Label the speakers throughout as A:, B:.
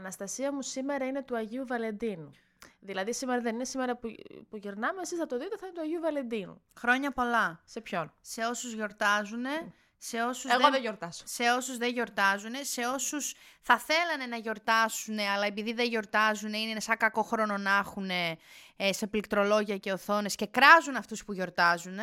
A: Αναστασία μου σήμερα είναι του Αγίου Βαλεντίνου. Δηλαδή σήμερα δεν είναι σήμερα που, που γυρνάμε, εσείς θα το δείτε, θα είναι του Αγίου Βαλεντίνου.
B: Χρόνια πολλά.
A: Σε ποιον.
B: Σε όσους γιορτάζουν, σε όσους,
A: Εγώ δεν γιορτάσω.
B: σε όσους δεν γιορτάζουν, σε όσους θα θέλανε να γιορτάσουν, αλλά επειδή δεν γιορτάζουν είναι σαν κακό χρόνο να έχουν ε, σε πληκτρολόγια και οθόνες και κράζουν αυτούς που γιορτάζουν.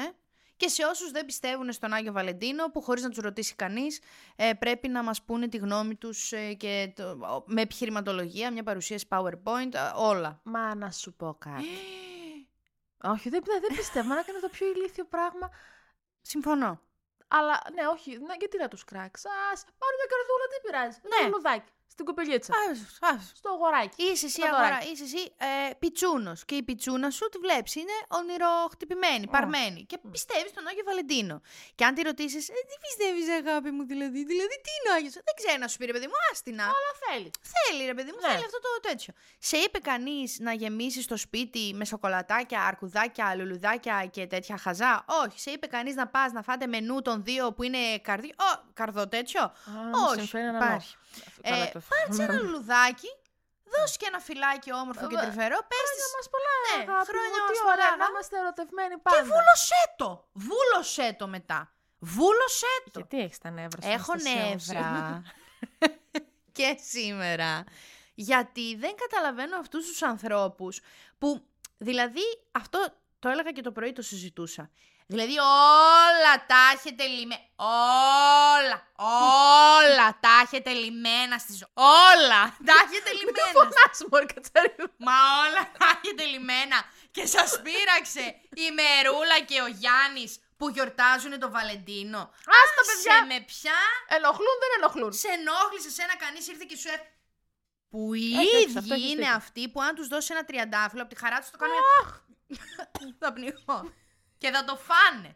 B: Και σε όσους δεν πιστεύουν στον Άγιο Βαλεντίνο, που χωρίς να τους ρωτήσει κανείς, ε, πρέπει να μας πούνε τη γνώμη τους ε, και το- με επιχειρηματολογία, μια παρουσίαση PowerPoint, ε, όλα.
A: Μα να σου πω κάτι. όχι, δεν, δεν πιστεύω. Να έκανε το πιο ηλίθιο πράγμα.
B: Συμφωνώ.
A: Αλλά ναι, όχι, ναι, γιατί να τους κράξεις. Ας πάρει μια καρδούλα, τι πειράζει.
B: Ναι.
A: Ένα λουδάκι. Στην κοπελίτσα.
B: Ας, ας.
A: Στο αγοράκι.
B: Είσαι εσύ
A: Ένα
B: αγορά,
A: δωράκι.
B: είσαι εσύ ε, πιτσούνος και η πιτσούνα σου τη βλέπεις, είναι ονειροχτυπημένη, παρμένη και πιστεύει στον Άγιο Βαλεντίνο. Και αν τη ρωτήσεις, ε, τι πιστεύεις αγάπη μου δηλαδή, δηλαδή τι είναι ο Άγιος, δεν ξέρω να σου πει ρε παιδί μου, άστινα.
A: Αλλά θέλει.
B: Θέλει ρε παιδί μου,
A: Ναι.
B: θέλει αυτό το τέτοιο. Σε είπε κανείς να γεμίσεις το σπίτι με σοκολατάκια, αρκουδάκια, λουλουδάκια και τέτοια χαζά. Όχι, σε είπε κανείς να πας να φάτε μενού των δύο που είναι καρδί... Ω, καρδό τέτοιο.
A: Α,
B: Όχι,
A: μου συμφέρει έναν
B: υπάρχει.
A: όχι.
B: Ε,
A: Καλά, το-
B: πάρτσε ένα λουλουδάκι, δώσ' και ένα φυλάκι όμορφο και
A: Ε,
B: τρυφερό, πες
A: Χρόνια
B: της
A: μας πολλά,
B: Ναι,
A: αγάπη μου,
B: χρόνια
A: τι
B: μας
A: ωραία,
B: πολλά,
A: Να
B: αγάπη.
A: είμαστε ερωτευμένοι
B: και
A: πάντα.
B: βούλωσέ το, βούλωσέ το μετά, βούλωσέ το.
A: Γιατί έχεις τα νεύρα σου.
B: Έχω
A: Αναστασία μου, σίγουρα.
B: νεύρα και σήμερα, γιατί δεν καταλαβαίνω αυτούς τους ανθρώπους που, δηλαδή αυτό το έλεγα και το πρωί το συζητούσα, Δηλαδή όλα τα έχετε λυμμένα. Όλα. Όλα τα έχετε λυμμένα στη ζωή. Όλα τα έχετε λυμμένα.
A: Φωνάς, μωρή Κατσαρίδου.
B: Μα όλα τα έχετε λυμμένα και σας πείραξε η Μερούλα και ο Γιάννης που γιορτάζουν το Βαλεντίνο. Ας
A: τα παιδιά.
B: με πια
A: Ενοχλούν, δεν ενοχλούν.
B: σε ενόχλησε σε ένα κανείς ήρθε και σου έφ... Που οι
A: Έχεις δίκιο, Ε, αυτό έχεις
B: ίδιοι είναι
A: δίκιο.
B: αυτοί που αν τους δώσει ένα τριαντάφυλλο από τη χαρά τους το κάνουν μια- θα πνιγώ. και θα το φάνε.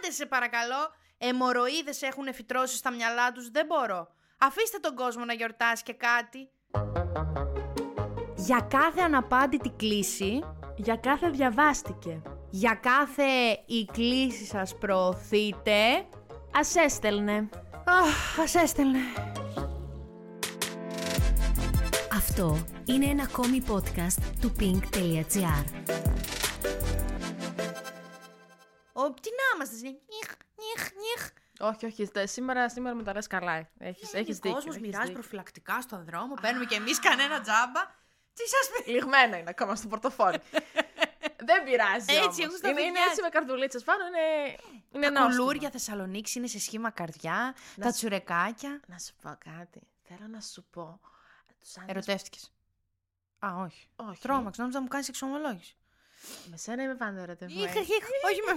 B: Άντε σε παρακαλώ, αιμορροίδες έχουν φυτρώσει στα μυαλά τους, δεν μπορώ. Αφήστε τον κόσμο να γιορτάσει και κάτι. Για κάθε αναπάντητη κλίση
A: Για κάθε διαβάστηκε.
B: για κάθε η κλίση σας προωθείτε.
A: Ας έστελνε.
B: Αχ, ας έστελνε.
C: Αυτό είναι ένα ακόμη podcast του pink.gr.
B: Ο, τι να είμαστε, νιχ, νιχ, νιχ.
A: Όχι, όχι. δε- Σήμερα, σήμερα με τα λες καλά. Έχεις, έχεις
B: Ο
A: δίκιο.
B: κόσμος
A: έχεις
B: μοιράζει
A: δίκιο.
B: προφυλακτικά στον δρόμο, παίρνουμε κι εμείς κανένα τζάμπα. Τι σας πει.
A: Λιγμένα είναι ακόμα στο πορτοφόλι. δεν πειράζει.
B: Έτσι,
A: όμως.
B: έχουν στα
A: είναι, είναι
B: παιδιά.
A: έτσι με καρδουλίτσες πάνω, είναι, είναι
B: Τα
A: νόστιμο.
B: κουλούρια Θεσσαλονίκης είναι σε σχήμα καρδιά,
A: Να
B: τα
A: σου-
B: τσουρεκάκια.
A: Να σου πω κάτι. Θέλω να σου πω. Τους άντρες-
B: Ερωτεύτηκες. Α, όχι.
A: Όχι.
B: Τρώμαξ, νόμιζα μου κάνεις εξομολόγηση.
A: Με σένα είμαι πάντα ερωτευμένη.
B: όχι με.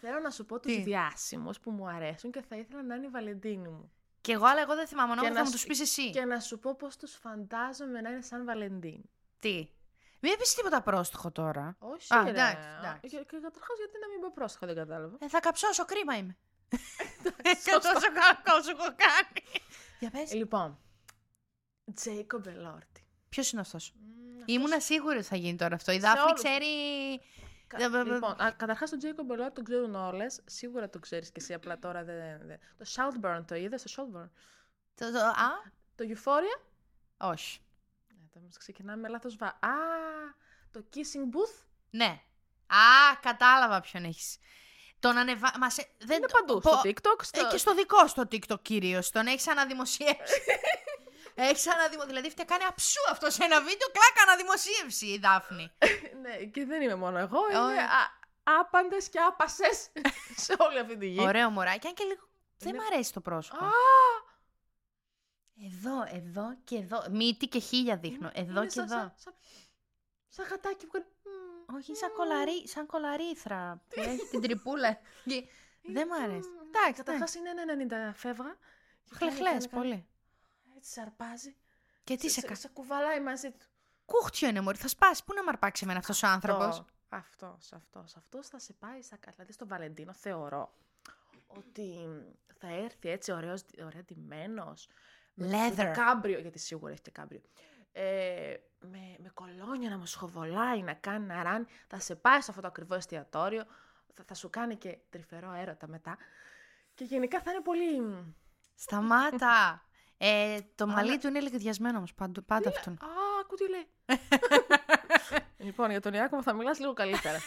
A: Θέλω να σου πω
B: Τι?
A: τους διάσημους που μου αρέσουν και θα ήθελα να είναι η Βαλεντίνη μου.
B: Κι εγώ, αλλά εγώ δεν θυμάμαι
A: Και
B: νόμιζα
A: να
B: θα μου
A: σου-
B: τους πεις εσύ.
A: Και να σου πω πώς τους φαντάζομαι να είναι σαν Βαλεντίνη.
B: Τι. Μην πεις τίποτα πρόστιχο τώρα.
A: Όχι,
B: Α,
A: ρε.
B: εντάξει, εντάξει.
A: Και, και καταρχάς, γιατί να μην πω πρόσεχα, δεν κατάλαβα.
B: Ε, θα καψώσω, κρίμα είμαι.
A: σωστό.
B: τόσο κακό σου έχω κάνει. Ε, Για πες.
A: Λοιπόν, Τζέικο Μπελόρτι.
B: Ποιος είναι αυτός. Ήμουνα σίγουρη ότι θα γίνει τώρα αυτό. Η Δάφνη
A: όλους.
B: ξέρει. ε,
A: Κα- Λοιπόν, καταρχάς τον Τζέικο Μπελόρτι τον ξέρουν όλες. Σίγουρα τον ξέρεις και εσύ, απλά τώρα δεν. δεν- Το Saltburn το είδες, το Saltburn.
B: Το- το- Α,
A: Το Euphoria.
B: όχι.
A: Ναι, τώρα μας ξεκινάμε με λάθος βα. Α, το Kissing Booth.
B: Ναι. Α, κατάλαβα ποιον έχεις. Τον ανεβα... Μας... ε, Δεν...
A: Είναι παντού.
B: Πο-
A: Στο TikTok,
B: Ε,
A: στο.
B: και στο δικό στο TikTok κυρίως. Τον έχεις αναδημοσιεύσει. έχεις αναδημο... Δηλαδή, φταίει κάνει αψού αυτό σε ένα βίντεο. Κλάκα αναδημοσίευση η Δάφνη.
A: Ναι, και δεν είμαι μόνο εγώ.
B: Ε,
A: Είναι
B: ωραία.
A: α- άπαντες και άπασες σε όλη αυτή τη γη.
B: Ωραίο μωράκι, αν και λίγο. Δεν
A: ε, Είναι-
B: μ' αρέσει το πρόσωπο.
A: Α,
B: Εδώ, εδώ και εδώ. Μύτη και χίλια δείχνω. Εδώ
A: Ε, είναι
B: και
A: σαν-
B: εδώ.
A: σαν- σαν- Σαν γατάκι που κάνει. μμμ,
B: Όχι, σαν,
A: μμμ.
B: κολαρί, σαν κολαρίθρα. που έχει την τρυπούλα. Και- Δεν μ' αρέσει. Εντάξει, εντάξει.
A: Καταρχάς είναι ένα 90 φεύγα. Και κάνει-
B: Χλεχλέ
A: κάνει- κάνει-
B: πολύ.
A: Έτσι σαρπάζει.
B: Και τι σε
A: σε,
B: κάνει.
A: σε κουβαλάει μαζί του.
B: Κούχτιο είναι, Μωρή. Θα σπάσει. Πού να μ' αρπάξει εμένα αυτός ο άνθρωπος.
A: Αυτός, αυτός, αυτός θα σε πάει στα καλά. Δηλαδή στον Βαλεντίνο θεωρώ ότι θα έρθει έτσι ωραίος, ωραία ντυμένος, Με το
B: Leather.
A: κάμπριο, γιατί σίγουρα έχει και κάμπριο. Ε, με, με κολόνια να μου σχοβολάει, να κάνει να ράνει. Θα σε πάει σε αυτό το ακριβό εστιατόριο. Θα, θα σου κάνει και τρυφερό έρωτα μετά. Και γενικά θα είναι πολύ.
B: Σταμάτα. Ε, το
A: Αλλά-
B: μαλλί του είναι λιγδιασμένο όμως, πάντου- πάντα αυτόν.
A: Α, ακού τι λέει. λοιπόν, για τον Ιάκωβο θα μιλάς λίγο καλύτερα.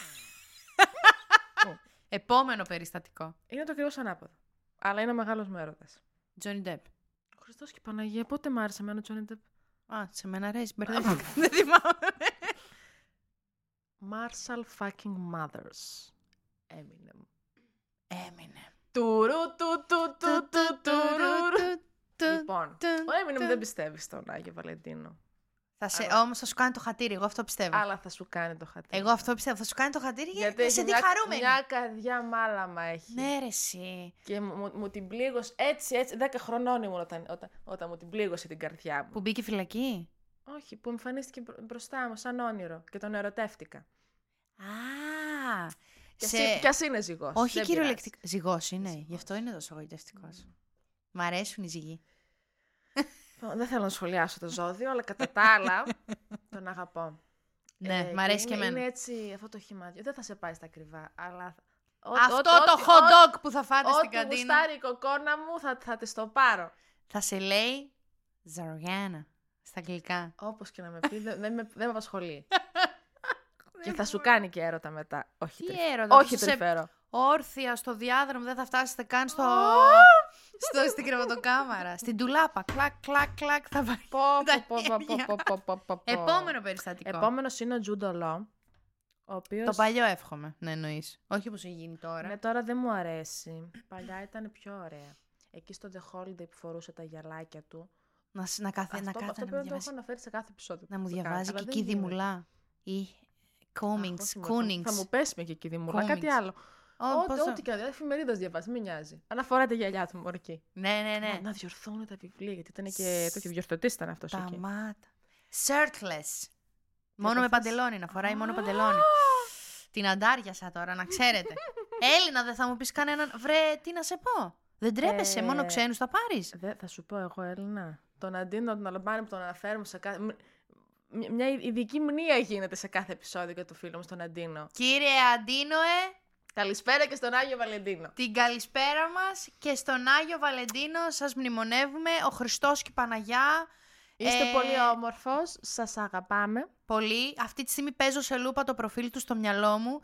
B: Επόμενο περιστατικό.
A: είναι το ακριβώς ανάποδο. Αλλά είναι ο μεγάλος μέρωτα.
B: Johnny Depp.
A: Ο Χριστός και η Παναγία, πότε μ' άρεσε εμένα ο Τζόνι Ντεπ.
B: Α, σε μένα αρέσει, μπερδεύτηκα. Δεν θυμάμαι.
A: Marshall fucking mothers. Έμεινε.
B: Έμεινε.
A: Τουρού, του, του, του, του, τουρού. Λοιπόν,
B: του,
A: ο Έμεινε
B: του.
A: δεν πιστεύεις στον Άγιο Βαλεντίνο.
B: Θα σε,
A: Αλλά-
B: όμως θα σου κάνει το χατήρι, εγώ αυτό πιστεύω.
A: Αλλά θα σου κάνει το χατήρι.
B: Εγώ αυτό πιστεύω, θα σου κάνει το χατήρι γιατί θα
A: έχει
B: σε δει
A: μια-
B: χαρούμενη.
A: Μια καρδιά μάλαμα έχει.
B: Ναι ρε εσύ.
A: Και μου, μου, μου την πλήγωσε έτσι, έτσι. 10 χρονών ήμουν όταν, όταν, όταν μου την πλήγωσε την καρδιά μου.
B: Που μπήκε φυλακή.
A: Όχι, που εμφανίστηκε μπρο- μπροστά μου σαν όνειρο και τον ερωτεύτηκα.
B: Α,
A: Κι ας
B: σε-
A: είναι- Κι ας είναι ζυγός.
B: Όχι
A: δεν
B: κυριολεκτικά. Ζυγός είναι,
A: Ζυγός.
B: γι' αυτό είναι τόσο εγωιτευτικός. Μ' αρέσουν οι ζυγοί.
A: πειράζει. Δεν θέλω να σχολιάσω το ζώδιο, αλλά κατά τα άλλα τον αγαπώ.
B: Ναι,
A: Ε,
B: μ' αρέσει και
A: είναι-
B: εμένα.
A: Είναι έτσι αυτό το χυμάδιο. Δεν θα σε πάει στα ακριβά, αλλά... ό-
B: Αυτό
A: ό-
B: το
A: ό,τι- ό,τι-
B: hot dog που θα φάτε στην
A: Ό,τι
B: καντίνα.
A: γουστάρει η κοκόνα μου θα, θα της το πάρω.
B: Θα σε λέει Ζαρουγιάννα στα αγγλικά.
A: Όπως και να με πει, δεν δεν με, δεν με απασχολεί. και θα σου κάνει και έρωτα μετά. Όχι,
B: Τι
A: τρυφ-
B: έρωτα.
A: Όχι
B: θα σε
A: τρυφέρω.
B: όρθια στο διάδρομο, δεν θα φτάσετε καν στο... στο στην κρεβατοκάμαρα. Στην τουλάπα. Κλακ, κλακ, κλακ. Θα βαρ-
A: Πω,
B: τα
A: πω, πω, πω,
B: χέρια.
A: πω, πω, πω, πω, πω.
B: Επόμενο περιστατικό.
A: Επόμενος είναι ο Τζούντο Λό, ο οποίος...
B: Το παλιό εύχομαι να εννοείς. Όχι όπως έχει γίνει τώρα.
A: Ναι, τώρα δεν μου αρέσει. Παλιά ήταν πιο ωραία. Εκεί στο The Holiday που φορούσε τα γυαλάκια του.
B: Να, σ- να, κάθε, να
A: αυτό
B: κάθε
A: αυτό πρέπει
B: να μου
A: να το
B: διαβάζει.
A: έχω αναφέρει σε κάθε επεισόδιο.
B: Να μου
A: που το κάνω,
B: διαβάζει
A: αλλά
B: και
A: δεν
B: εκεί
A: γίνεται.
B: Δημουλά. Ή
A: Αχ, όχι
B: Cummings.
A: μόνο, θα- Θα
B: Cummings.
A: μου πέσει και εκεί Δημούλα. Κάτι
B: Cummings.
A: άλλο.
B: Ω,
A: Ό,
B: πώς
A: ό,τι
B: το-
A: και αν είναι, εφημερίδα διαβάζει, μην νοιάζει. Αναφορά τα γυαλιά του μορκή.
B: Ναι, ναι, ναι.
A: Να, να διορθώνουν τα βιβλία, γιατί ήταν και. Το διορθωτής ήταν αυτός
B: Τα
A: εκεί.
B: μάτα. Shirtless. Μόνο με
A: επαφές.
B: παντελόνι να φοράει, μόνο
A: Α!
B: παντελόνι. Την αντάριασα τώρα, να ξέρετε. Έλληνα, δεν θα μου πεις κανέναν. Βρε, τι να σε πω. Δεν τρέπεσαι,
A: Ε,
B: μόνο ξένους θα πάρεις.
A: Δε, θα σου πω εγώ, Έλληνα. Τον αντίνο, τον αλμπάνι που τον αναφέρουμε σε κάθε. μ- μ- Μια ειδική μνήα γίνεται σε κάθε επεισόδιο για το φίλο μου στον Αντίνο.
B: Κύριε Αντίνοε,
A: Καλησπέρα και στον Άγιο Βαλεντίνο.
B: την καλησπέρα μας και στον Άγιο Βαλεντίνο σας μνημονεύουμε, ο Χριστός και η Παναγιά.
A: Είστε
B: Ε,
A: πολύ όμορφος, σας αγαπάμε.
B: Πολύ. Αυτή τη στιγμή παίζω σε λούπα το προφίλ του στο μυαλό μου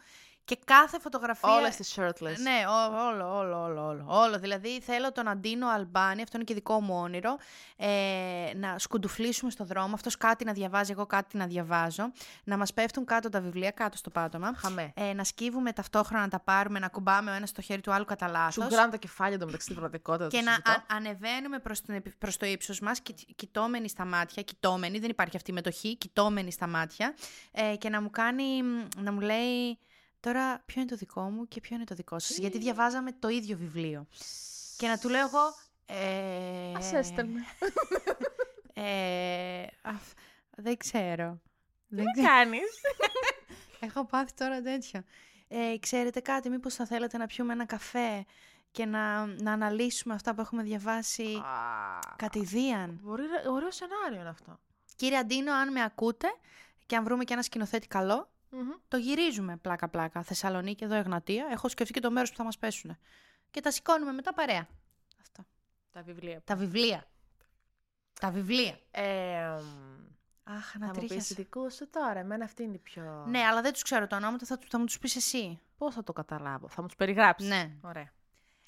B: και κάθε φωτογραφία...
A: Όλες τις shirtless.
B: Ναι, ό- όλο, όλο, όλο, όλο, όλο. Δηλαδή θέλω τον Αντίνο Αλμπάνη, αυτό είναι και δικό μου όνειρο, ε, να σκουντουφλήσουμε στο δρόμο, αυτός κάτι να διαβάζει, εγώ κάτι να διαβάζω, να μας πέφτουν κάτω τα βιβλία, κάτω στο πάτωμα,
A: Χαμέ.
B: ε, να σκύβουμε ταυτόχρονα να τα πάρουμε, να κουμπάμε ο ένας στο χέρι του άλλου κατά
A: Σου
B: λάθος.
A: γκράνε τα κεφάλια του μεταξύ την πραγματικότητα.
B: Και
A: το
B: να
A: συζητώ.
B: α- ανεβαίνουμε προς, την, επι- προς το ύψος μας, κοι, κοιτώμενοι στα μάτια, κοιτώμενοι, δεν υπάρχει αυτή η μετοχή, κοιτώμενοι στα μάτια, ε, και να μου κάνει, μ, να μου λέει, τώρα ποιο είναι το δικό μου και ποιο είναι το δικό σας, γιατί διαβάζαμε το ίδιο βιβλίο. Και να του λέω εγώ, ε,
A: Ας έστελνε.
B: ε, αφ- δεν ξέρω. Δεν
A: Τι
B: ξέρω.
A: κάνεις.
B: Έχω πάθει τώρα τέτοιο. Ε, ξέρετε κάτι, μήπως θα θέλετε να πιούμε ένα καφέ και να, να αναλύσουμε αυτά που έχουμε διαβάσει κατηδίαν.
A: Μπορεί, να- ωραίο σενάριο είναι αυτό.
B: Κύριε Αντίνο, αν με ακούτε και αν βρούμε και ένα σκηνοθέτη καλό,
A: Μμμ.
B: το γυρίζουμε πλάκα-πλάκα. Θεσσαλονίκη, εδώ Εγνατία. Έχω σκεφτεί και το μέρος που θα μας πέσουν. Και τα σηκώνουμε μετά παρέα. Αυτό.
A: Τα βιβλία.
B: Τα βιβλία. Τα βιβλία.
A: Ε,
B: Αχ,
A: θα
B: να
A: μου πεις
B: τρίχιασα.
A: δικού σου τώρα, εμένα αυτή είναι η πιο...
B: Ναι, αλλά δεν τους ξέρω το όνομα, θα, του- θα μου τους πεις εσύ.
A: Πώς θα το καταλάβω, θα μου τους περιγράψεις.
B: Ναι.
A: Ωραία.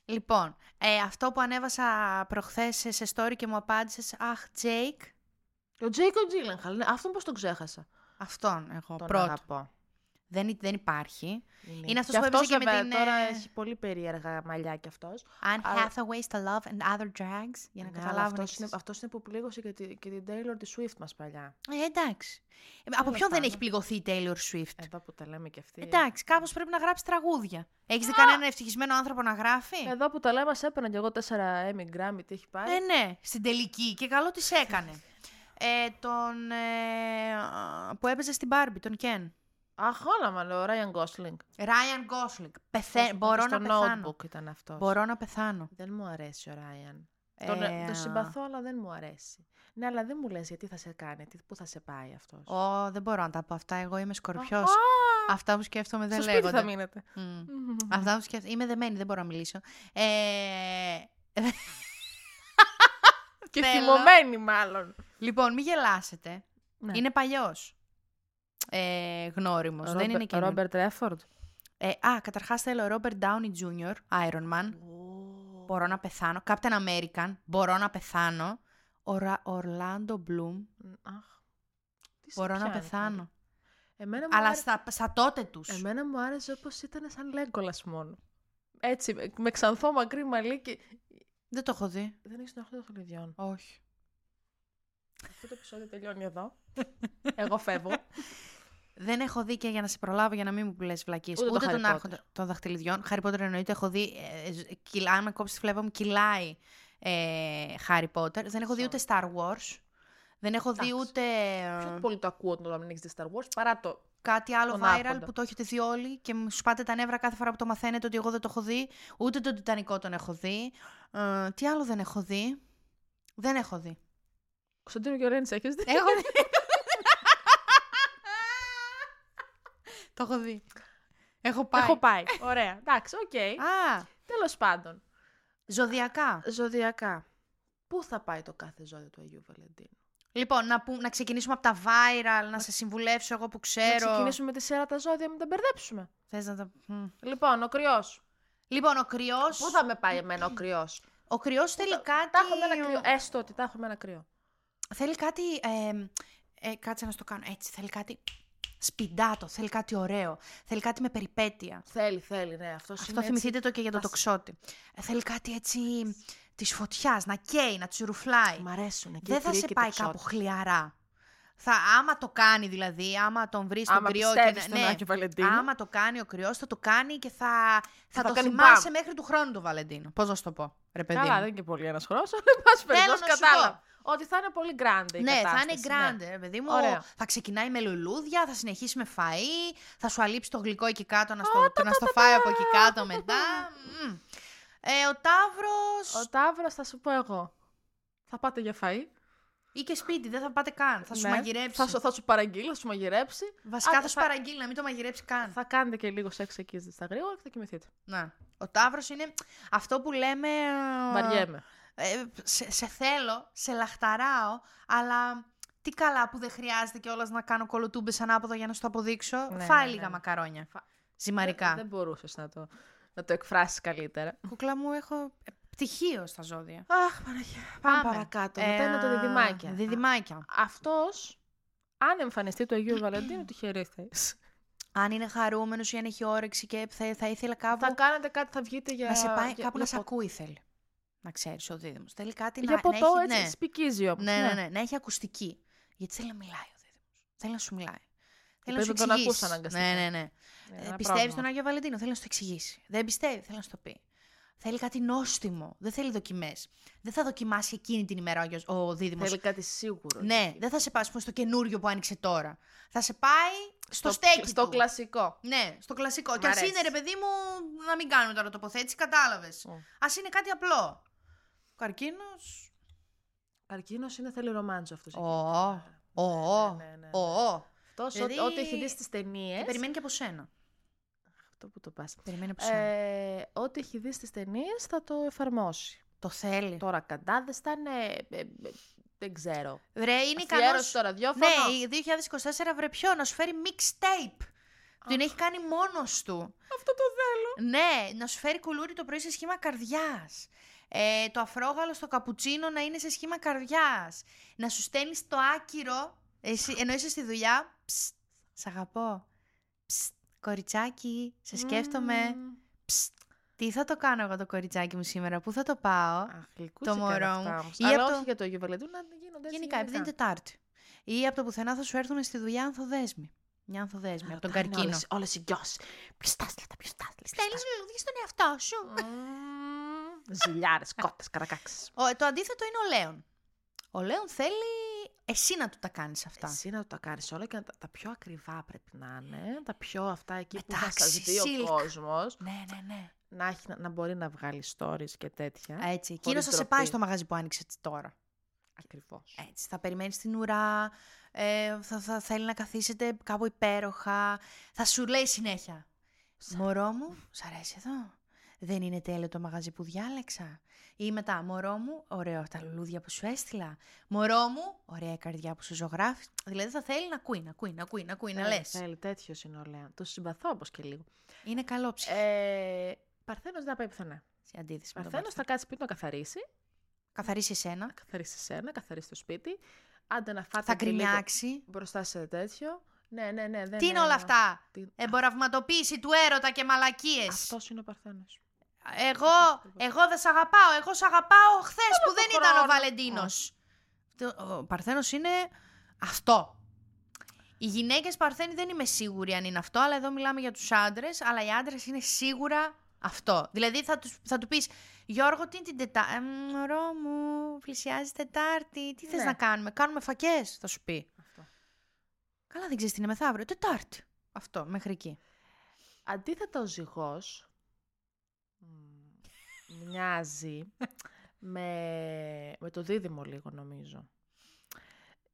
B: Λοιπόν, ε, αυτό που ανέβασα προχθές σε story και μου απάντησες, Αχ, Τζέικ.
A: Ο Τζέικο Τζίλενχαλ, ναι, αυτόν πώς τον ξέχασα.
B: Αυτόν εγώ.
A: Τον
B: πρώτο.
A: αγαπώ.
B: Δεν, υ- δεν υπάρχει.
A: Είναι,
B: αυτός που
A: αυτός,
B: έπαιζε και με
A: βέβαια,
B: την,
A: Τώρα
B: ε,
A: έχει πολύ περίεργα μαλλιά κι αυτός.
B: Αν
A: Αλλά-
B: Hathaway στα Love and Other Drags, για
A: Ναι,
B: να
A: αλλά
B: καταλάβουν.
A: Αυτός
B: εξής.
A: είναι, αυτός είναι που πλήγωσε και, τη, και την Taylor τη Swift μας παλιά.
B: Ε, εντάξει. Ε, από
A: Τέλος
B: ποιον δεν
A: πάντων.
B: έχει πληγωθεί η Taylor Swift.
A: Εδώ που τα λέμε και αυτή.
B: εντάξει, κάπως πρέπει να γράψει τραγούδια. Έχεις δει κανέναν ευτυχισμένο άνθρωπο να γράφει.
A: Εδώ που τα λέμε, μας έπαιρνα κι εγώ 4 Emmy Grammy, τι έχει πάρει.
B: Ε, ναι, στην τελική. Και καλό τη έκανε. ε, τον. ε, α, που έπαιζε στην Barbie, τον Ken.
A: Αχ, όλα μάλλον, ο Ryan Gosling.
B: Ryan Gosling. Πεθα...
A: Στο-
B: Μπορώ
A: στο
B: να πεθάνω.
A: notebook ήταν αυτός.
B: Μπορώ να πεθάνω.
A: Δεν μου αρέσει ο Ράιαν.
B: Ε,
A: Τον,
B: α.
A: τον συμπαθώ, αλλά δεν μου αρέσει. Ναι, αλλά δεν μου λες γιατί θα σε κάνει, τι, πού θα σε πάει αυτός.
B: Ω, δεν μπορώ να τα πω αυτά. Εγώ είμαι σκορπιός.
A: Αχα,
B: Αυτά που σκέφτομαι δεν
A: Στο
B: λέγονται.
A: σπίτι θα μείνετε.
B: Μμμ. Αυτά που σκέφτομαι. Είμαι δεμένη, δεν μπορώ να μιλήσω. Ε...
A: και
B: Θέλω.
A: θυμωμένη μάλλον.
B: Λοιπόν, μην γελάσετε.
A: Ναι.
B: Είναι παλιός. Ε, γνώριμος. Δεν είναι καινούριο.
A: Ρόμπερτ Ρέφορντ.
B: Ε, α, καταρχάς θέλω Robert Downey Jr., Iron Man. Μπορώ να πεθάνω. Captain American. Μπορώ να πεθάνω. Ο Ρα- Orlando Bloom.
A: Ε, Αχ. Τι σε
B: Μπορώ να
A: πιάνει,
B: πεθάνω.
A: Εμένα μου,
B: Αλλά
A: άρε-
B: στα, στα τότε τους.
A: Εμένα μου άρεσε όπως ήταν σαν Λέγκολας μόνο. Έτσι, με- με ξανθό μακρύ μαλλί και...
B: Δεν το έχω δει.
A: Δεν έχεις τον άχτο των χλειδιών.
B: Όχι.
A: Αυτό το επεισόδιο τελειώνει εδώ. Εγώ φεύγω.
B: Δεν έχω δει και για να σε προλάβω, για να μην μου λε βλακίες.
A: Ούτε το Harry
B: τον
A: Potter.
B: άρχοντα των δαχτυλιδιών. Χάρι Πότερ εννοείται. Έχω δει. Ε, ζ- κυλά, αν με κόψεις τη φλέβα μου, κυλάει ε, Χάρι Πότερ. Δεν έχω δει
A: Sorry.
B: ούτε Star Wars. Δεν έχω δει
A: Εντάξει.
B: ούτε ε,
A: Πιο πολύ το ακούω όταν να μην έχεις δει Star Wars παρά το...
B: κάτι άλλο
A: τον
B: viral
A: Άρχοντα.
B: που το έχετε δει όλοι και μου σπάτε τα νεύρα κάθε φορά που το μαθαίνετε ότι εγώ δεν το έχω δει. Ούτε τον Τιτανικό τον έχω δει. Ε, τι άλλο δεν έχω δει. Δεν έχω δει.
A: Κωνσταντίνο Γιωρένης έχεις δει.
B: Έχω δει. το έχω δει. Έχω πάει.
A: Έχω πάει. Ωραία. Εντάξει, οκ. Okay.
B: Α,
A: Τέλος πάντων.
B: ζωδιακά.
A: Ζωδιακά. Πού θα πάει το κάθε ζώδιο του Αγίου Βαλεντίνου.
B: Λοιπόν, να, που, να ξεκινήσουμε από τα viral, να σε συμβουλεύσω εγώ που
A: Να
B: ξέρω.
A: ξεκινήσουμε τη σειρά τα ζώδια, μην τα μπερδέψουμε.
B: Θες να τα... Μμ.
A: Λοιπόν, ο κρυός.
B: Λοιπόν, ο κρυός...
A: Πού θα με πάει εμένα ο κρυός.
B: Ο κρυός θέλει κάτι... Ε,
A: Τα έχω με ένα κρυό. Έστω ότι τα έχω με ένα κρυό.
B: Θέλει κάτι... Ε, ε, κάτσε να στο κάνω έτσι. Θέλει κάτι σπιντάτο, θέλει κάτι ωραίο, θέλει κάτι με περιπέτεια.
A: Θέλει, θέλει, ναι. Αυτός
B: Αυτό
A: είναι έτσι.
B: θυμηθείτε το και για το
A: μας-
B: τοξότη. Ε, θέλει κάτι έτσι της φωτιάς, να καίει, να τσιρουφλάει.
A: Μ' αρέσουν. και οι
B: Δεν θα
A: κρύοι
B: σε
A: και οι
B: πάει
A: τοξότες.
B: κάπου χλιαρά. Θα, άμα το κάνει δηλαδή, άμα τον βρεις τον
A: Άμα
B: κρυό
A: πιστεύεις
B: να- ναι.
A: στον Άγιο Βαλεντίνο.
B: Άμα το κάνει ο κρυός, θα το κάνει και θα, θα,
A: θα
B: το
A: κάνει
B: θυμάσαι
A: μπαμ.
B: μέχρι του χρόνου το Βαλεντίνο. Πώς να σου το πω, ρε παιδί.
A: Καλά,
B: μου.
A: δεν είναι και πολύ ένας χρόνος, αλλά εν πάση περιπτώσει
B: να σου
A: κατάλαβα. Ότι θα είναι πολύ grande η
B: Ναι, θα είναι
A: κατάσταση,
B: grande, ρε παιδί μου.
A: Ωραία.
B: Θα ξεκινάει με λουλούδια, θα συνεχίσει με φαΐ, θα σου αλείψει το γλυκό εκεί κάτω, να στο, να στο φάει από εκεί κάτω μετά. Μμμ. Ε, ο Ταύρος
A: Ο Ταύρος θα σου πω εγώ. Θα πάτε για φαΐ.
B: ή και σπίτι, δεν θα πάτε καν. Θα σου
A: Ναι.
B: μαγειρέψει.
A: Θα σου, θα σου παραγγείλει, θα σου μαγειρέψει.
B: Βασικά
A: Α,
B: θα σου
A: θα-
B: παραγγείλει να μην το μαγειρέψει καν.
A: Θα κάνετε και λίγο σεξ εκεί στα γρήγορα και θα κοιμηθείτε.
B: Να. Ο Ταύρος είναι αυτό που λέμε... ε,
A: Βαριέμαι.
B: ε, σε, σε θέλω, σε λαχταράω, αλλά τι καλά που δεν χρειάζεται κιόλας να κάνω κολοτούμπες ανάποδα για να σου το αποδείξω.
A: ναι,
B: Φάει
A: ναι,
B: λίγα
A: ναι.
B: μακαρόνια.
A: Φα-
B: Ζυμαρικά.
A: Δεν, δεν μπορούσες να το, να το εκφράσεις καλύτερα.
B: Κούκλα μου, έχω ε, πτυχίο στα ζώδια.
A: Αχ, Παναγία. Πάμε, Ε, παρακάτω. Μετά είναι το διδυμάκια.
B: Ε, Διδυμάκια.
A: Αυτός, αν εμφανιστεί του Αγίου Βαλεντίνου, τυχερή θα είσαι.
B: Αν είναι χαρούμενος ή αν έχει όρεξη και θα, θα ήθελα κάπου.
A: Θα κάνετε κάτι, θα βγείτε για.
B: Να σε πάει
A: για-
B: κάπου να
A: για
B: σε
A: πο-
B: ακούει θέλει. Να ξέρεις ο δίδυμος. Θέλει κάτι
A: Για
B: να, να
A: ποτό,
B: έχει.
A: έτσι.
B: ναι.
A: Σπικίζει όμως.
B: Ναι, ναι, ναι, να έχει ακουστική. Γιατί θέλει να μιλάει ο δίδυμος. Θέλει να σου μιλάει. Θέλει να σου
A: Πρέπει να τον ακούς
B: εξηγήσει.
A: αναγκαστικά.
B: Ναι, ναι, ναι. Ε, πιστεύει στον Άγιο Βαλεντίνο, θέλει να σου το εξηγήσει. Δεν πιστεύει, θέλει να σου το πει. Θέλει κάτι νόστιμο. Δεν θέλει δοκιμές. Δεν θα δοκιμάσει εκείνη την ημέρα ο Άγιος- ο δίδυμος.
A: Θέλει κάτι σίγουρο.
B: Ναι, δεν θα σε πάει ας πούμε, στο καινούριο που άνοιξε τώρα. Θα σε πάει στο, στέκι.
A: Στο
B: του.
A: κλασικό.
B: Ναι, στο κλασικό.
A: Μ'
B: Και ας
A: αρέσει.
B: είναι ρε παιδί μου, να μην κάνουμε τώρα τοποθέτηση, κατάλαβες.
A: Μμ.
B: Ας είναι κάτι απλό. Καρκίνος.
A: Καρκίνος είναι θέλει ρομάντζο αυτός.
B: Ω, ω,
A: ναι, ναι, ναι.
B: ω.
A: Αυτός
B: Δηλαδή-
A: ό,τι έχει δει στις ταινίες.
B: Και περιμένει και από σένα.
A: Αυτό που το πας.
B: Περιμένει από σένα.
A: Ε, ό,τι έχει δει στις ταινίες θα το εφαρμόσει.
B: Το θέλει.
A: Τώρα καντάδες θα είναι. ε, ε, ε, δεν ξέρω.
B: Ρε, είναι ικανό.
A: Αφιέρωση στο ραδιόφωνο.
B: Ναι, η 2024 βρε ποιο να σου φέρει mixtape. Την έχει κάνει μόνος του.
A: Αυτό το θέλω.
B: Ναι, να σου φέρει κουλούρι το πρωί σε σχήμα καρδιάς. Ε, το αφρόγαλο στο καπουτσίνο να είναι σε σχήμα καρδιάς. Να σου στέλνεις το άκυρο, εσύ, ενώ είσαι στη δουλειά. Ψ, σ' αγαπώ. Ψ, κοριτσάκι, σε σκέφτομαι. Ψ, τι θα το κάνω εγώ το κοριτσάκι μου σήμερα, πού θα το πάω.
A: Αχ, γλυκούτσικα
B: Το
A: είναι
B: μωρό
A: αυτά
B: μου.
A: όμως.
B: Ή
A: Αλλά
B: από το-
A: όχι για το Αγίου Βαλεντίνου, να γίνονται έτσι.
B: Γενικά, επειδή είναι Τετάρτη. Ή από το πουθενά θα σου έρθουν στη δουλειά ανθοδέσμοι. Μια ανθοδέσμη, από τον καρκίνο.
A: Όλες οι γιος. Πιστάσλετα, πιστάσλετα.
B: Στέλνει λουλούδια στον εαυτό σου.
A: Ζηλιάρες, κότες, καρακάξει.
B: Ο- το αντίθετο είναι ο Λέων. Ο Λέων θέλει εσύ να του τα κάνεις αυτά.
A: Εσύ να το κάνεις όλα και να τα, τα πιο ακριβά πρέπει να είναι. Τα πιο αυτά εκεί που θα
B: Εντάξει,
A: σας δει ο
B: silk.
A: κόσμος.
B: Ναι, ναι, ναι.
A: Να, έχει- να, να μπορεί να βγάλει stories και τέτοια.
B: Α, Έτσι. Εκείνος θα σε
A: ντροπή.
B: πάει στο μαγαζί που άνοιξε έτσι τώρα.
A: Ακριβώς.
B: Έτσι. Θα περιμένεις την ουρά. Ε, θα, θα θέλει να καθίσετε κάπου υπέροχα. Θα σου λέει συνέχεια. Μωρό μου, σ' αρέσει εδώ. Δεν είναι τέλειο το μαγαζί που διάλεξα. Ή μετά, μωρό μου, ωραίο τα λουλούδια που σου έστειλα. Μωρό μου, ωραία η καρδιά που σου ζωγράφεις. Δηλαδή θα θέλει να ακούει, να ακούει, να ακούει, να ακούει, να λε.
A: Ε, Θέλει τέτοιος συνολέα. Το συμπαθώ όπως και λίγο.
B: Είναι καλό ψυχή.
A: Ε, Παρθένος δεν θα πάει πουθενά.
B: Σε αντίθεση με τον
A: Παρθένος
B: Παρθένο.
A: θα κάτσει σπίτι να καθαρίσει.
B: Καθαρίσει εσένα.
A: Να καθαρίσει εσένα, καθαρίσει το σπίτι. Άντε να φάτε
B: Θα
A: και λίγο
B: γκρινιάξει.
A: μπροστά σε τέτοιο. Ναι, ναι, ναι. Δεν
B: Τι είναι όλα αυτά.
A: Τι-
B: Εμποραυματοποίηση του έρωτα και μαλακίες.
A: Αυτός είναι ο Παρθένος.
B: Εγώ,
A: Ακριβώς.
B: εγώ δεν σ' αγαπάω. Εγώ σ' αγαπάω χθες
A: το
B: που δεν
A: χρόνο.
B: ήταν ο Βαλεντίνο. Ο Παρθένος είναι αυτό. Οι γυναίκες Παρθένη δεν είμαι σίγουρη αν είναι αυτό, αλλά εδώ μιλάμε για τους άντρες. Αλλά οι άντρες είναι σίγουρα αυτό. Δηλαδή θα, τους, θα του πεις, Γιώργο, τι είναι την Τετάρτη. Μωρό μου, πλησιάζει Τετάρτη. Τι θες
A: Ναι.
B: να κάνουμε, Κάνουμε φακές, θα σου πει.
A: αυτό.
B: Καλά, δεν ξέρεις τι είναι μεθαύριο. Τετάρτη. Αυτό, μέχρι εκεί.
A: Αντίθετα, ο ζυγός μοιάζει με, με το δίδυμο λίγο, νομίζω.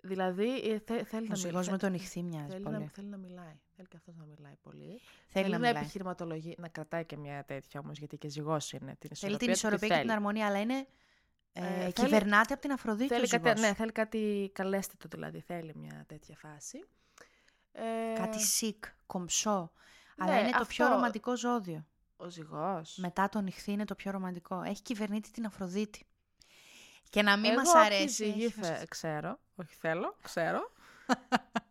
A: Δηλαδή, ε, θε- θέλει
B: Ο
A: να
B: ζυγό
A: μιλάει.
B: με τον νυχθή μοιάζει
A: Θέλει
B: πολύ.
A: να, θέλει να μιλάει. Θέλει και αυτός να μιλάει πολύ.
B: Θέλει να μιλάει.
A: επιχειρηματολογεί, να κρατάει και μια τέτοια όμως, γιατί και ζυγός είναι. Την
B: Θέλει
A: ισορροπία
B: την
A: του τη
B: ισορροπία και την
A: θέλει.
B: αρμονία, αλλά είναι.
A: Ε,
B: Ε,
A: θέλει-
B: Κυβερνάται από την Αφροδίτη.
A: Θέλει
B: ο
A: κάτι,
B: ζυγός.
A: ναι, θέλει κάτι καλέστητο δηλαδή. Θέλει μια τέτοια φάση. Ε,
B: Κάτι σικ, κομψό.
A: ναι,
B: αλλά είναι το πιο
A: αυτό.
B: ρομαντικό ζώδιο.
A: Ο ζυγός.
B: Μετά το νυχθή είναι το πιο ρομαντικό. Έχει κυβερνήτη την Αφροδίτη. Και να μην
A: Εγώ
B: μας
A: όποιοι
B: αρέσει.
A: ζυγοί
B: έχει
A: θε-
B: φασιστεί.
A: ξέρω, όχι θέλω, ξέρω.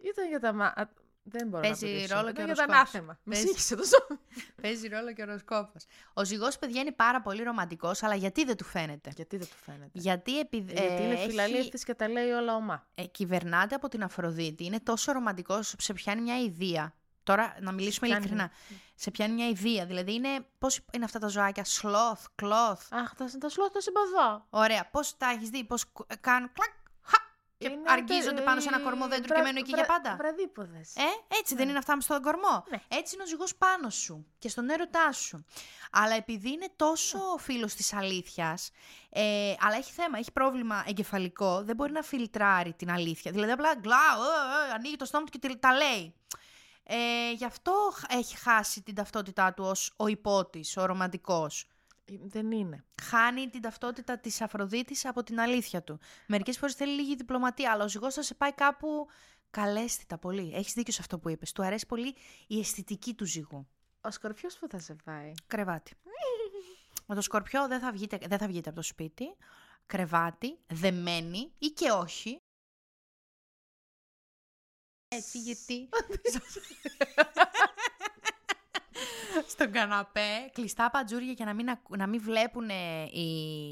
A: Ήταν για τα μα... α, Δεν μπορώ
B: Παίζει
A: να απαντήσω.
B: ρόλο και
A: Ήταν για
B: ο
A: τα
B: οροσκόπος.
A: ανάθεμα. Με
B: Παίζει.
A: σύγχυσε το ζώο.
B: Παίζει ρόλο και ο οροσκόπος. Ο ζυγός, παιδιά, είναι πάρα πολύ ρομαντικός, αλλά γιατί δεν του φαίνεται.
A: Γιατί δεν του φαίνεται.
B: Γιατί, επει...
A: Γιατί
B: ε,
A: είναι
B: έχει-
A: φιλαλήφτη και τα λέει όλα ομά.
B: ε, κυβερνάται από την Αφροδίτη, είναι τόσο ρομαντικός, σε πιάνει μια ιδέα. Τώρα, να μιλήσουμε
A: πιάνει ναι.
B: ειλικρινά. Σε πιάνει μια ιδέα. Δηλαδή, είναι. Πώς είναι αυτά τα ζωάκια, σλόθ, κλόθ.
A: Αχ, τα, τα σλότ τα συμπαθώ.
B: Ωραία, πώς τα έχεις δει, πώς κάνουν. Κλακ, χα, και
A: Είναι ε,
B: αργίζονται
A: τε-
B: πάνω σε ένα κορμό δέντρου
A: βρα-
B: και μένουν εκεί για
A: βρα-
B: πάντα.
A: Βραδίποδες.
B: Ε, έτσι δεν
A: Ναι.
B: είναι αυτά στον κορμό.
A: Ναι.
B: Έτσι είναι ο ζυγός πάνω σου και στον έρωτά σου. Αλλά επειδή είναι τόσο
A: Ναι.
B: φίλος της αλήθειας, ε, αλλά έχει θέμα, έχει πρόβλημα εγκεφαλικό, δεν μπορεί να φιλτράρει την αλήθεια. Δηλαδή απλά γκλάω, ε, ε, ανοίγει το στόμα του και τη- τα λέει. Ε, γι' αυτό χ- έχει χάσει την ταυτότητά του ως ο υπότης, ο ρομαντικός.
A: Ε, Δεν είναι.
B: Χάνει την ταυτότητα της Αφροδίτης από την αλήθεια του. Μερικές φορές θέλει λίγη διπλωματία, αλλά ο ζυγός θα σε πάει κάπου καλέσθητα πολύ. Έχεις δίκιο σε αυτό που είπες. Του αρέσει πολύ η αισθητική του ζυγού.
A: Ο σκορπιός που θα σε πάει.
B: Κρεβάτι. Με το σκορπιό δεν θα, βγείτε, δεν θα βγείτε από το σπίτι. Κρεβάτι, δεμένη ή και όχι. Έτσι γιατί. Στον καναπέ, κλειστά παντζούρια για να μην, ακου- να μην βλέπουν οι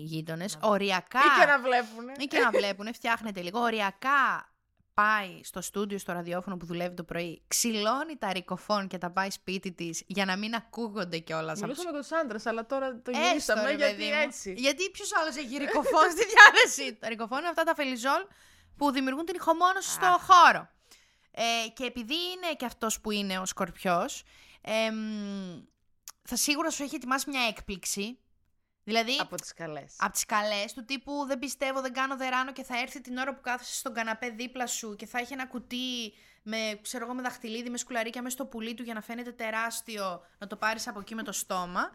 B: γείτονε. Οριακά.
A: Ή και να βλέπουνε.
B: Ή και να βλέπουν, φτιάχνεται λίγο. Οριακά πάει στο στούντιο, στο ραδιόφωνο που δουλεύει το πρωί, ξυλώνει τα ρικοφόν και τα πάει σπίτι της για να μην ακούγονται κιόλας από
A: Μιλούσαμε με του άντρε, αλλά τώρα το γυρίσαμε
B: ρε,
A: γιατί
B: παιδί μου.
A: έτσι.
B: Γιατί ποιος άλλος έχει ρικοφόν στη διάθεση. τα ρικοφόν είναι αυτά τα φελιζόλ που δημιουργούν την ηχομόνωση στο
A: Αχ.
B: χώρο. Ε, και επειδή είναι και αυτός που είναι ο σκορπιός, θα σίγουρα σου έχει ετοιμάσει μια έκπληξη. Δηλαδή,
A: Από τις καλές.
B: από τις καλές του τύπου Δεν πιστεύω, δεν κάνω, δεν ράνω και θα έρθει την ώρα που κάθεσαι στον καναπέ δίπλα σου και θα έχει ένα κουτί με, ξέρω εγώ, με δαχτυλίδι, με σκουλαρίκια μέσα στο πουλί του για να φαίνεται τεράστιο να το πάρεις από εκεί με το στόμα.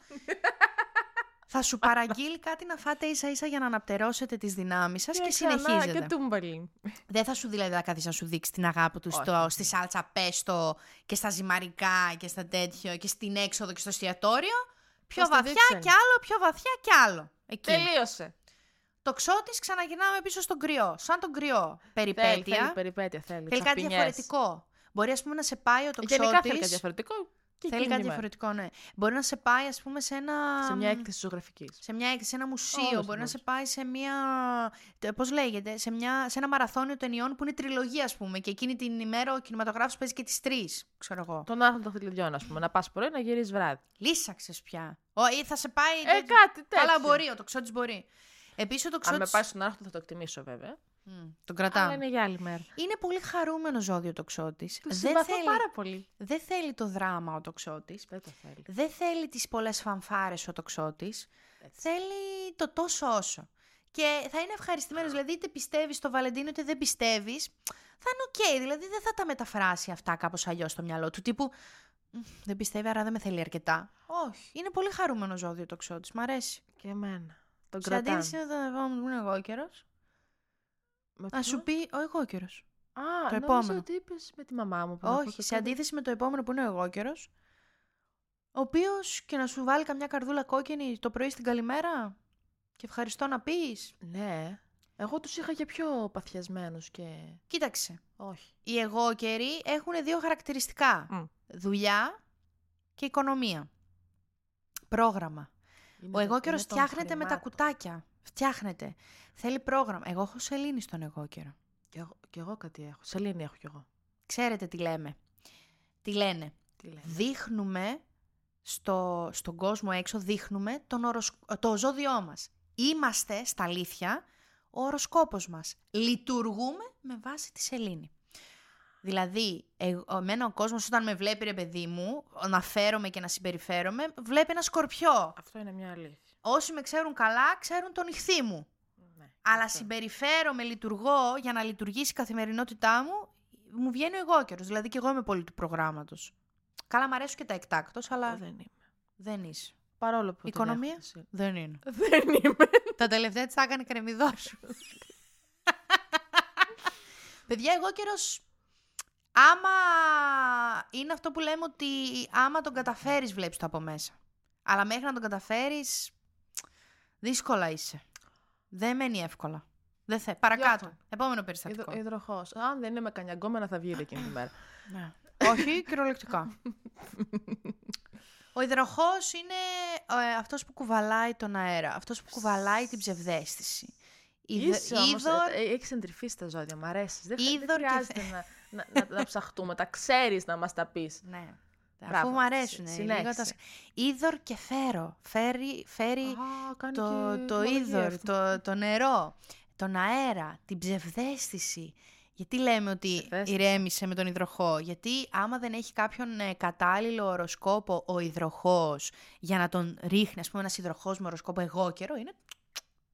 B: θα σου παραγγείλει κάτι να φάτε ίσα ίσα για να αναπτερώσετε τις δυνάμεις σας και, συνεχίζετε.
A: Ε, Και τούμπαλιν.
B: Δεν θα σου δηλαδή θα κάθεις να σου δείξει την αγάπη του
A: Όχι.
B: στο, στη σάλτσα πέστο και στα ζυμαρικά και στα τέτοιο και στην έξοδο και στο εστιατόριο. Πιο
A: Θα στα
B: βαθιά
A: δείξουν.
B: κι άλλο, πιο βαθιά κι άλλο. Εκεί.
A: Τελείωσε.
B: Το ξώτης ξαναγυρνάμε πίσω στον κρυό. Σαν τον κρυό.
A: Θέλει,
B: Περιπέτεια.
A: θέλει περιπέτεια, θέλει.
B: Θέλει κάτι
A: τσαπινιές.
B: διαφορετικό. Μπορεί, ας πούμε, να σε πάει ο το
A: Ε,
B: ξώτη.
A: Γενικά θέλει κάτι διαφορετικό. Και
B: Θέλει
A: εκείνη
B: κάτι
A: η μέρα.
B: διαφορετικό, ναι. Μπορεί να σε πάει, ας πούμε, σε ένα.
A: Σε μια έκθεση ζωγραφικής.
B: Σε μια έκθεση, σε ένα μουσείο.
A: Όλος
B: μπορεί να
A: αυτός.
B: σε πάει σε μια. Πώς λέγεται, σε, μια... σε ένα μαραθώνιο ταινιών που είναι τριλογία, ας πούμε. Και εκείνη την ημέρα ο κινηματογράφος παίζει και τις τρεις, ξέρω εγώ.
A: Τον άρθρο των χτυλιδιών, ας πούμε. Να πας πρωί να γυρίσεις βράδυ.
B: Λύσαξες πια. Ο, ή θα σε πάει.
A: Ε,
B: τέτοιο.
A: κάτι τέτοιο.
B: Καλά, μπορεί, ο τοξότης μπορεί. Επίσης, ο
A: Αν
B: τοξότη.
A: με πάει στον άρθρο θα το εκτιμήσω βέβαια.
B: Τον κρατάμε.
A: Αλλά είναι για άλλη μέρα.
B: Είναι πολύ χαρούμενο ζώδιο ο τοξότης.
A: Του
B: Δεν
A: συμπαθώ
B: θέλει,
A: πάρα πολύ.
B: δεν θέλει το δράμα ο τοξότης.
A: Δεν το θέλει.
B: Δεν θέλει τις πολλές φανφάρες ο τοξότης. Θέλει το τόσο όσο. Και θα είναι ευχαριστημένος. Δηλαδή είτε πιστεύεις στο Βαλεντίνο είτε δεν πιστεύεις. Θα είναι οκ. Δηλαδή δεν θα τα μεταφράσει αυτά κάπως αλλιώς στο μυαλό του. Τύπου Μμμ, Δεν πιστεύει, άρα δεν με θέλει αρκετά.
A: Όχι.
B: Είναι πολύ χαρούμενο ζώδιο το ξό τη. Μ' αρέσει.
A: Και εμένα. Τον
B: Σε
A: κρατάνε.
B: αντίθεση με τον εγώ μου που είναι εγώ καιρό,
A: Με
B: να σου
A: ποιον?
B: πει ο εγώ καιρό.
A: Α,
B: το
A: το
B: επόμενο.
A: επόμενο. ότι είπες με τη μαμά μου. που να πω
B: Όχι,
A: και
B: σε
A: κάτι.
B: αντίθεση με το επόμενο που είναι ο εγώ καιρό, ο οποίος και να σου βάλει καμιά καρδούλα κόκκινη το πρωί στην καλημέρα και ευχαριστώ να πεις.
A: Ναι. Εγώ τους είχα για πιο παθιασμένους και...
B: Κοίταξε.
A: Όχι.
B: Οι εγώ καιροί έχουν δύο χαρακτηριστικά.
A: Μμ.
B: Δουλειά και οικονομία. Πρόγραμμα. Ο εγώ καιρό
A: καιρος
B: φτιάχνεται με τα κουτάκια. Φτιάχνεται. Θέλει πρόγραμμα. Εγώ έχω σελήνη στον εγώ καιρό.
A: Κι εγώ, κι εγώ κάτι έχω. Σελήνη έχω κι εγώ.
B: Ξέρετε τι λέμε. Τι λένε.
A: Τι λένε.
B: Δείχνουμε στο, στον κόσμο έξω, δείχνουμε τον οροσκ- το ζώδιό μας. Είμαστε στα αλήθεια ο οροσκόπος μας. Λειτουργούμε με βάση τη σελήνη. Δηλαδή, εγ- εμένα ο κόσμος όταν με βλέπει ρε παιδί μου, να φέρομαι και να συμπεριφέρομαι, βλέπει ένα σκορπιό.
A: Αυτό είναι μια αλήθεια.
B: Όσοι με ξέρουν καλά, ξέρουν τον ηχθή μου.
A: Ναι,
B: Αλλά
A: αυτό.
B: συμπεριφέρομαι, λειτουργώ για να λειτουργήσει η καθημερινότητά μου, μου βγαίνει ο εγώ καιρος. Δηλαδή και εγώ είμαι πολύ του προγράμματος. Καλά, μ' αρέσουν και τα εκτάκτος, αλλά
A: Εγώ
B: δεν,
A: δεν είμαι.
B: είσαι.
A: Παρόλο που. την
B: Οικονομία?
A: έχω τη σελήνη.
B: Δεν είναι.
A: Δεν είμαι.
B: τα τελευταία της τα έκανε κρεμιδό σου. Παιδιά, εγώ καιρό. Άμα είναι αυτό που λέμε ότι άμα τον καταφέρεις βλέπεις το από μέσα. Αλλά μέχρι να τον καταφέρεις δύσκολα είσαι. Δεν μένει εύκολα. Δεν θε. Παρακάτω.
A: αυτό.
B: Επόμενο περιστατικό.
A: Υδροχό. Αν δεν είναι με κανιαγκόμενα θα βγείτε εκείνη τη μέρα.
B: Ναι. Όχι, κυριολεκτικά. Ο υδροχός είναι ε, αυτός που κουβαλάει τον αέρα, αυτός που κουβαλάει την ψευδέστηση. Είδο- είδο-
A: Έχει εντρυφεί ε, στα ζώδια, μου αρέσεις. Δεν,
B: Είδωρ και
A: δεν χρειάζεται να, να, να, να ψαχτούμε. Τα ξέρεις να μας τα πεις.
B: Ναι. Αφού
A: Μπράβο.
B: μου αρέσουν.
A: Συ-
B: Λίγο τα...
A: συνέχισε.
B: Είδωρ και φέρο. Φέρει, φέρει
A: κάνει
B: το,
A: και
B: το
A: τιμολογία
B: είδωρ,
A: αυτό.
B: το, το νερό, τον αέρα, την ψευδέστηση. Γιατί λέμε ότι
A: Ψευδέστηση.
B: ηρέμησε με τον υδροχό. Γιατί άμα δεν έχει κάποιον ε, κατάλληλο οροσκόπο ο υδροχός για να τον ρίχνει, ας πούμε ένας υδροχός με οροσκόπο εγώ καιρό, είναι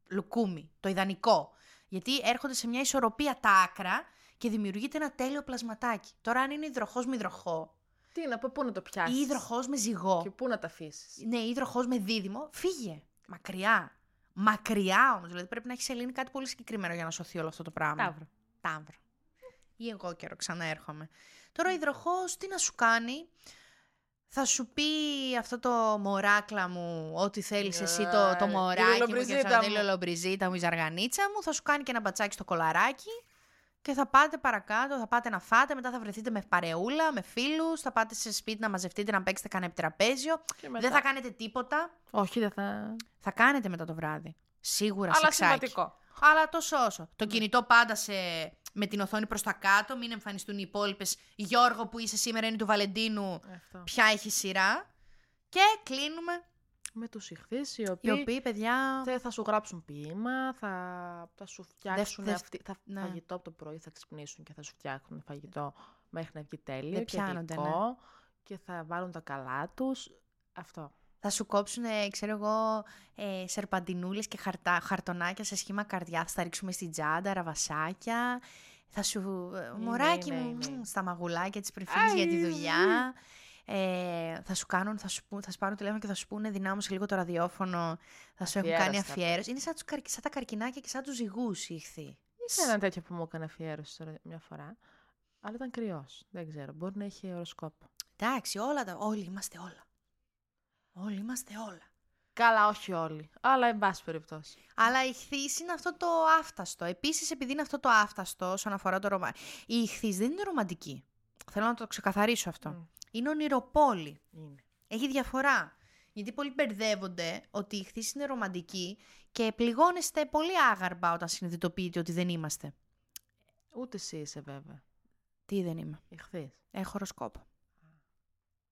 B: λουκούμι, το ιδανικό. Γιατί έρχονται σε μια ισορροπία τα άκρα και δημιουργείται ένα τέλειο πλασματάκι. Τώρα αν είναι υδροχός με υδροχό
A: Τι να πω, πού να το
B: ή
A: πιάσει.
B: υδροχός με ζυγό,
A: Και πού να τα αφήσεις.
B: ναι, υδροχό με δίδυμο, φύγε. Μακριά. Μακριά όμως. Δηλαδή πρέπει να έχεις σελήνη κάτι πολύ συγκεκριμένο για να σωθεί όλο αυτό το πράγμα.
A: Ταύρο.
B: Ταύρο. Ή εγώ καιρό, ξαναέρχομαι. Τώρα ο υδροχό τι να σου κάνει. Θα σου πει αυτό το μωράκλα μου, ό,τι θέλεις εσύ το, το
A: Ναι,
B: μωράκι
A: τη
B: μου και
A: λολομπριζίτα
B: θα
A: μου.
B: λολομπριζίτα μου, η ζαργανίτσα μου, θα σου κάνει και ένα μπατσάκι στο κολαράκι και θα πάτε παρακάτω, θα πάτε να φάτε, μετά θα βρεθείτε με παρεούλα, με φίλους, θα πάτε σε σπίτι να μαζευτείτε, να παίξετε κανένα επιτραπέζιο.
A: Και μετά-
B: Δεν θα κάνετε τίποτα.
A: Όχι, δεν θα.
B: Θα κάνετε μετά το βράδυ. Σίγουρα
A: Αλλά
B: σεξάκι.
A: σημαντικό. Ναι.
B: Αλλά τόσο όσο. Το κινητό πάντα σε... με την οθόνη προς τα κάτω. Μην εμφανιστούν οι υπόλοιπες. Γιώργο που είσαι σήμερα είναι του Βαλεντίνου.
A: Ε, Αυτό.
B: Ποια έχει σειρά. Και κλείνουμε.
A: Με τους ηχθείς οι
B: Οι
A: οποίοι.
B: οποίοι, παιδιά.
A: Θα, θα σου γράψουν ποίημα, θα, θα σου φτιάξουν
B: δε-
A: αυτοί, θα
B: ναι.
A: φαγητό από το πρωί, θα ξυπνήσουν και θα σου φτιάχνουν φαγητό μέχρι να βγει τέλειο
B: Δεν
A: και
B: πιάνονται,
A: γλυκό και θα βάλουν τα καλά τους. Αυτό.
B: Θα σου κόψουν, ε, ξέρω εγώ, ε, σερπαντινούλες και χαρτά, χαρτονάκια σε σχήμα καρδιάς. Θα τα ρίξουμε στην τσάντα, ραβασάκια. Θα σου... ε,
A: ναι,
B: μωράκι
A: ναι,
B: μου,
A: ναι.
B: μμμ, στα μαγουλάκια της πρυφήνης για τη
A: Αϊ, ναι.
B: δουλειά. Ε, θα σου κάνουν, θα σου, πού- θα σου πάρουν τηλέφωνο και θα σου πούνε δυνάμωσε λίγο το ραδιόφωνο. Θα σου έχουν κάνει
A: Αφιέρωση αυτό.
B: αφιέρωση. Είναι σαν, τους, καρκι- σαν τα καρκινάκια και σαν τους ζυγούς η ηχθή.
A: Είχα ένα τέτοιο που μου έκανε αφιέρωση τώρα μια φορά, αλλά ήταν κρυός. Δεν ξέρω, μπορεί να είχε οροσκόπο.
B: Εντάξει, όλα τα... Όλοι είμαστε όλα. Όλοι είμαστε όλα.
A: Καλά, όχι όλοι, αλλά εν πάση περιπτώσει.
B: Αλλά η χθής είναι αυτό το άφταστο. Επίσης, επειδή είναι αυτό το άφταστο όσον αφορά το ρομαντικό. Η χθής δεν είναι ρομαντική. Θέλω να το ξεκαθαρίσω αυτό.
A: Μμ.
B: Είναι ονειροπόλη.
A: Είναι.
B: Έχει διαφορά. Γιατί πολλοί μπερδεύονται ότι η χθής είναι ρομαντική και πληγώνεστε πολύ άγαρμα όταν συνειδητοποιείτε ότι δεν είμαστε.
A: Ούτε εσύ είσαι βέβαια,
B: Τι δεν είμαι.
A: ηχθείς.
B: Έχω οροσκόπο.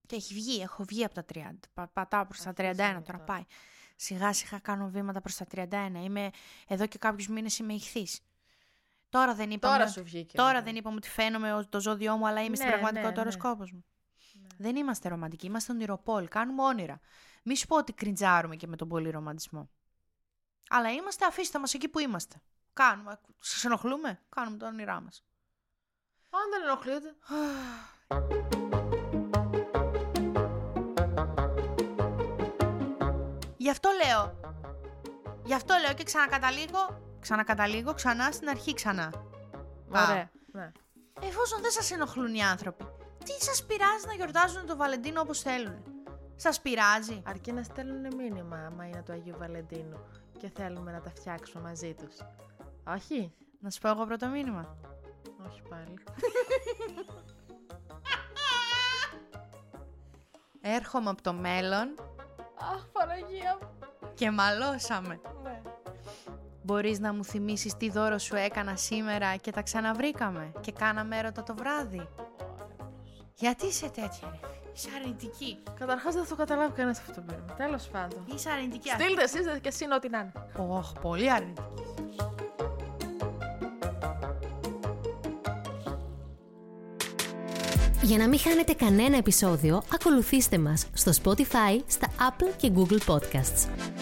B: Και έχει βγει, έχω βγει από τα 30. Πα, πατάω προς τα 31
A: Αρχίσαμε
B: τώρα,
A: τώρα.
B: πάει. Σιγά σιγά κάνω βήματα προς τα 31. Είμαι εδώ και κάποιους μήνες είμαι ηχθή. Τώρα δεν είπαμε.
A: Τώρα
B: ότι-
A: σου βγήκε.
B: τώρα
A: βέβαια.
B: δεν είπαμε ότι φαίνομαι ως το ζώδιό μου, αλλά είμαι στην
A: Ναι,
B: πραγματικότητα
A: ναι,
B: ναι,
A: ναι.
B: μου. Δεν είμαστε ρομαντικοί, είμαστε ονειροπόλοι. Κάνουμε όνειρα. Μη σου πω ότι κριντζάρουμε και με τον πολύ ρομαντισμό. Αλλά είμαστε, αφήστε μας εκεί που είμαστε. Κάνουμε. Σας ενοχλούμε, κάνουμε τα όνειρά μας.
A: Αν δεν ενοχλείται.
B: Γι' αυτό λέω. Γι' αυτό λέω και ξανακαταλήγω, ξανακαταλήγω ξανά στην αρχή ξανά. Πάω.
A: Ωραία. Ναι.
B: Εφόσον δεν σας ενοχλούν οι άνθρωποι, τι σας πειράζει να γιορτάζουν το Βαλεντίνο όπως θέλουν. Σας πειράζει.
A: Αρκεί να στέλνουν μήνυμα άμα είναι του Αγίου Βαλεντίνου και θέλουμε να τα φτιάξουμε μαζί τους. Όχι.
B: Να σου πω εγώ πρώτο μήνυμα.
A: Όχι πάλι.
B: Έρχομαι από το μέλλον
A: Αχ, Παναγία μου.
B: και μαλώσαμε.
A: Ναι.
B: Μπορείς να μου θυμίσεις τι δώρο σου έκανα σήμερα και τα ξαναβρήκαμε και κάναμε έρωτα το βράδυ. Γιατί είσαι τέτοια ρε. Είσαι αρνητική.
A: Καταρχάς δεν θα το καταλάβει κανένας αυτό το μήνυμα. Τέλος πάντων.
B: Είσαι αρνητική.
A: Στείλτε εσείς και εσύ ό,τι να είναι.
B: Ωχ, πολύ αρνητική.
C: Για να μην χάνετε κανένα επεισόδιο, ακολουθήστε μας στο Spotify, στα Apple και Google Podcasts.